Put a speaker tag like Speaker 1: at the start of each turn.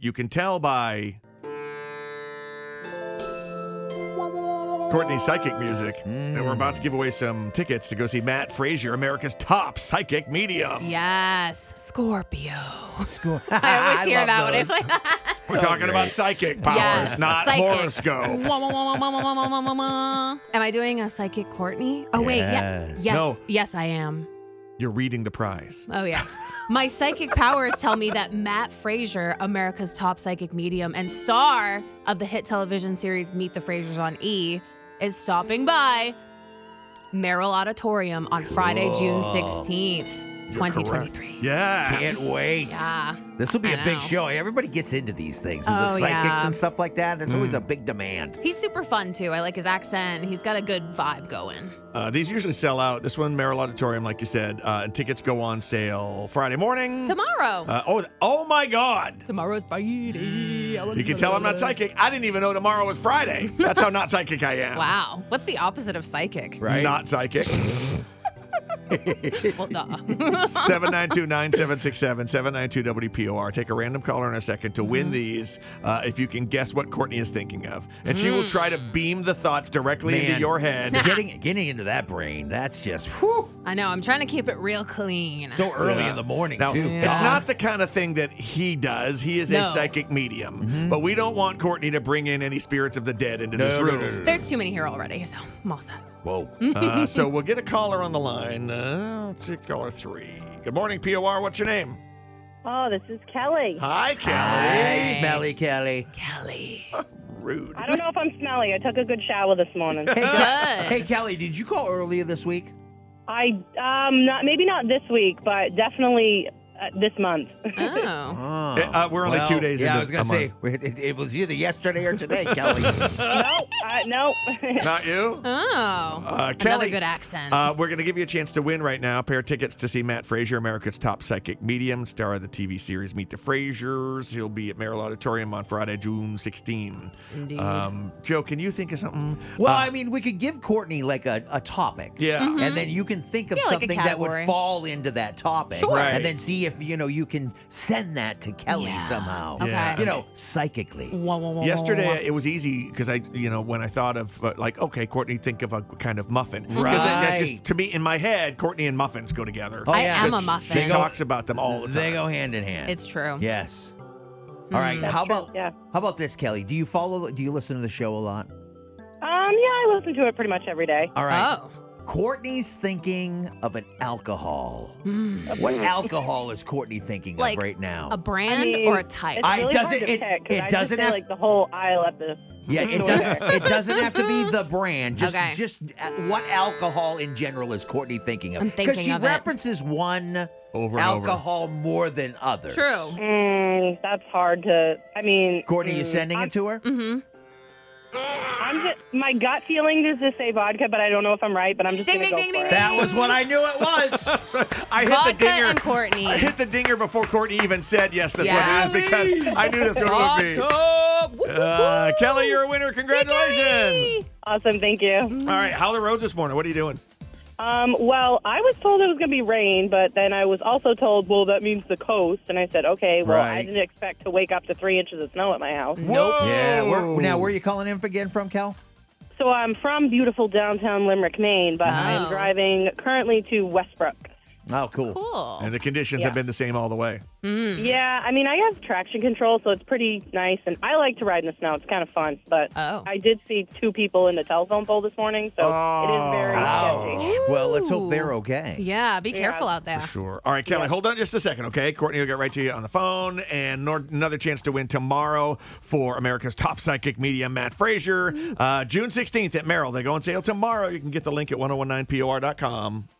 Speaker 1: You can tell by Courtney's psychic music that we're about to give away some tickets to go see Matt Frazier, America's top psychic medium.
Speaker 2: Yes, Scorpio.
Speaker 3: School.
Speaker 2: I always hear that one. It's like,
Speaker 1: We're talking about psychic powers,
Speaker 2: Yes,
Speaker 1: not
Speaker 2: psychic.
Speaker 1: horoscopes.
Speaker 2: Wah, wah, wah, wah, wah, wah, wah, wah, wah, wah. Am I doing a psychic Courtney? Oh wait, yeah,
Speaker 3: Yes.
Speaker 2: yes,
Speaker 1: No.
Speaker 2: yes, I am.
Speaker 1: You're reading the prize.
Speaker 2: Oh yeah, my psychic powers tell me that Matt Frazier, America's top psychic medium and star of the hit television series Meet the Frasers on E, is stopping by Merrill Auditorium on Friday, June
Speaker 3: Cool.
Speaker 2: sixteenth,
Speaker 1: You're correct.
Speaker 2: twenty twenty-three.
Speaker 1: Yes.
Speaker 3: Can't wait.
Speaker 2: Yeah.
Speaker 3: This will be
Speaker 2: I
Speaker 3: a big
Speaker 2: know.
Speaker 3: show. Everybody gets into these things
Speaker 2: Oh,
Speaker 3: with the psychics
Speaker 2: yeah.
Speaker 3: and stuff like that. There's
Speaker 1: Hmm.
Speaker 3: always a big demand.
Speaker 2: He's super fun too. I like his accent. He's got a good vibe going.
Speaker 1: Uh, these usually sell out. This one, Merrill Auditorium, like you said, uh, and tickets go on sale Friday morning.
Speaker 2: Tomorrow.
Speaker 1: Uh, oh, oh my God!
Speaker 2: Tomorrow's Friday.
Speaker 1: You can tell I'm not psychic. I didn't even know tomorrow was Friday. That's how not psychic I am.
Speaker 2: Wow. What's the opposite of psychic?
Speaker 3: Right?
Speaker 1: Not psychic.
Speaker 2: Well, duh.
Speaker 1: 792-9767, 792-WPOR. Take a random caller in a second to
Speaker 3: Mm-hmm.
Speaker 1: win these uh, if you can guess what Courtney is thinking of. And she will try to beam the thoughts directly into
Speaker 3: Mm. Man.
Speaker 1: your head.
Speaker 3: getting getting into that brain, that's just whew,
Speaker 2: I know. I'm trying to keep it real clean.
Speaker 3: so early
Speaker 1: Yeah.
Speaker 3: in the morning
Speaker 1: Now,
Speaker 3: too.
Speaker 1: it's
Speaker 2: Yeah.
Speaker 1: not the kind of thing that he does. He is a
Speaker 2: No.
Speaker 1: psychic medium. But we don't want Courtney to bring in any spirits of the dead into
Speaker 3: No,
Speaker 1: this
Speaker 3: Mm-hmm. no,
Speaker 1: room.
Speaker 3: no, no, no.
Speaker 2: There's too many here already, so I'm all set.
Speaker 3: Whoa.
Speaker 2: Mm.
Speaker 1: Uh, so we'll get a caller on the line. Uh, let's see, caller three. Good morning, POR. What's your name?
Speaker 4: Oh, this is Kelly.
Speaker 1: Hi, Kelly.
Speaker 3: Hi, Smelly Kelly.
Speaker 2: Kelly.
Speaker 1: Rude.
Speaker 4: I don't know if I'm smelly. I took a good shower this morning.
Speaker 3: Hey, Ke-
Speaker 2: Good.
Speaker 3: hey, Kelly, did you call earlier this week?
Speaker 4: I um not maybe not this week, but definitely uh, this month.
Speaker 2: Oh.
Speaker 3: Oh.
Speaker 1: uh, we're only two days into
Speaker 3: Yeah, I was gonna
Speaker 1: a
Speaker 3: say it, it was either yesterday or today, Kelly.
Speaker 4: no, uh, no.
Speaker 1: Not you?
Speaker 2: Oh.
Speaker 1: Uh,
Speaker 2: Another
Speaker 1: Kelly.
Speaker 2: good accent.
Speaker 1: Uh, we're going to give you a chance to win right now. A pair of tickets to see Matt Frazier, America's top psychic medium, star of the TV series Meet the Fraziers. He'll be at Merrill Auditorium on Friday, June 16.
Speaker 2: Indeed.
Speaker 1: Um, Joe, can you think of something?
Speaker 3: Well,
Speaker 1: Uh,
Speaker 3: I mean, we could give Courtney like a, a topic.
Speaker 1: yeah.
Speaker 3: And then you can think of
Speaker 2: Hmm? Yeah, like a
Speaker 3: something that would
Speaker 2: category.
Speaker 3: fall into that topic.
Speaker 2: Sure.
Speaker 1: Right.
Speaker 3: And then see if, you know, you can send that to Kelly
Speaker 2: Yeah.
Speaker 3: somehow.
Speaker 2: Okay.
Speaker 1: Yeah.
Speaker 3: You know, psychically.
Speaker 2: Wah, wah, wah, wah, wah, wah.
Speaker 1: Yesterday it was easy because I, you know, when I thought of uh, like, okay, Courtney, think of a kind of muffin. 'Cause that- that just
Speaker 3: Right.
Speaker 1: to me in my head, Courtney and muffins go together.
Speaker 3: Oh,
Speaker 2: I
Speaker 3: yeah.
Speaker 2: am a
Speaker 3: She
Speaker 2: muffin.
Speaker 1: She
Speaker 3: They go-
Speaker 1: talks about them all the time.
Speaker 3: They go hand in hand.
Speaker 2: It's true.
Speaker 3: Yes. All right.
Speaker 2: Mhm.
Speaker 3: How about
Speaker 4: yeah.
Speaker 3: how about this, Kelly? Do you follow do you listen to the show a lot?
Speaker 4: Um yeah, I listen to it pretty much every day.
Speaker 3: All right.
Speaker 2: Oh.
Speaker 3: Courtney's thinking of an alcohol.
Speaker 2: Mm.
Speaker 3: What alcohol is Courtney thinking
Speaker 2: Like
Speaker 3: of right now?
Speaker 2: A brand
Speaker 4: I mean,
Speaker 2: or a type?
Speaker 4: It's
Speaker 3: I- it
Speaker 4: really
Speaker 3: doesn't-
Speaker 4: hard to
Speaker 3: it-
Speaker 4: pick, 'cause
Speaker 3: it
Speaker 4: I just
Speaker 3: doesn't
Speaker 4: feel
Speaker 3: have-
Speaker 4: like the whole aisle at the
Speaker 3: Yeah, it
Speaker 4: store
Speaker 3: doesn't.
Speaker 4: there.
Speaker 3: It doesn't have to be the brand. Just,
Speaker 2: Okay.
Speaker 3: just uh, what alcohol in general is Courtney thinking of?
Speaker 2: I'm thinking
Speaker 3: she
Speaker 2: of it.
Speaker 3: references one
Speaker 1: over and over.
Speaker 3: alcohol more than others.
Speaker 2: True.
Speaker 4: Mm, that's hard to. I mean,
Speaker 3: Courtney, you
Speaker 4: mm,
Speaker 3: sending
Speaker 4: I'm,
Speaker 3: it to her?
Speaker 2: Mm-hmm.
Speaker 4: I'm just, my gut feeling is to say vodka, but I don't know if I'm right. But I'm just
Speaker 2: Ding, ding,
Speaker 4: gonna go
Speaker 2: ding,
Speaker 4: for
Speaker 2: ding,
Speaker 4: it.
Speaker 2: ding.
Speaker 3: That was what I knew it was.
Speaker 1: So I hit the
Speaker 2: Vodka
Speaker 1: dinger.
Speaker 2: and Courtney.
Speaker 1: I hit the dinger before Courtney even said yes. That's what it is because I knew this one would be.
Speaker 2: Vodka. Woo, woo,
Speaker 1: Uh,
Speaker 2: woo.
Speaker 1: Kelly, you're a winner.
Speaker 2: Hey,
Speaker 1: Congratulations.
Speaker 2: Kelly.
Speaker 4: Awesome, thank you.
Speaker 1: All right, how are the roads this morning? What are you doing?
Speaker 4: Um, well, I was told it was going to be rain, but then I was also told, well, that means the coast. And I said, okay, well,
Speaker 3: Right.
Speaker 4: I didn't expect to wake up to three inches of snow at my house.
Speaker 2: Nope.
Speaker 1: Whoa.
Speaker 3: Yeah. Where, now, where are you calling in again from, Cal?
Speaker 4: So I'm from beautiful downtown Limerick, Maine, but
Speaker 2: Oh.
Speaker 4: I'm driving currently to Westbrook.
Speaker 3: Oh, cool.
Speaker 2: Cool.
Speaker 1: And the conditions have
Speaker 4: Yeah.
Speaker 1: been the same all the way.
Speaker 2: Hmm.
Speaker 4: Yeah, I mean, I have traction control, so it's pretty nice. And I like to ride in the snow, it's kind of fun. But
Speaker 2: Oh.
Speaker 4: I did see two people in the telephone pole this morning, so it is very
Speaker 3: Ouch.
Speaker 4: sketchy.
Speaker 3: Well, let's hope
Speaker 2: Ooh.
Speaker 3: they're okay.
Speaker 2: Yeah, be careful out there.
Speaker 1: For sure. All right, Kelly, hold on just a second, okay? Courtney will get right to you on the phone, and nor- another chance to win tomorrow for America's top psychic medium, Matt oh Frazier. Uh, June 16th at Merrill. They go on sale tomorrow. You can get the link at 1019por.com.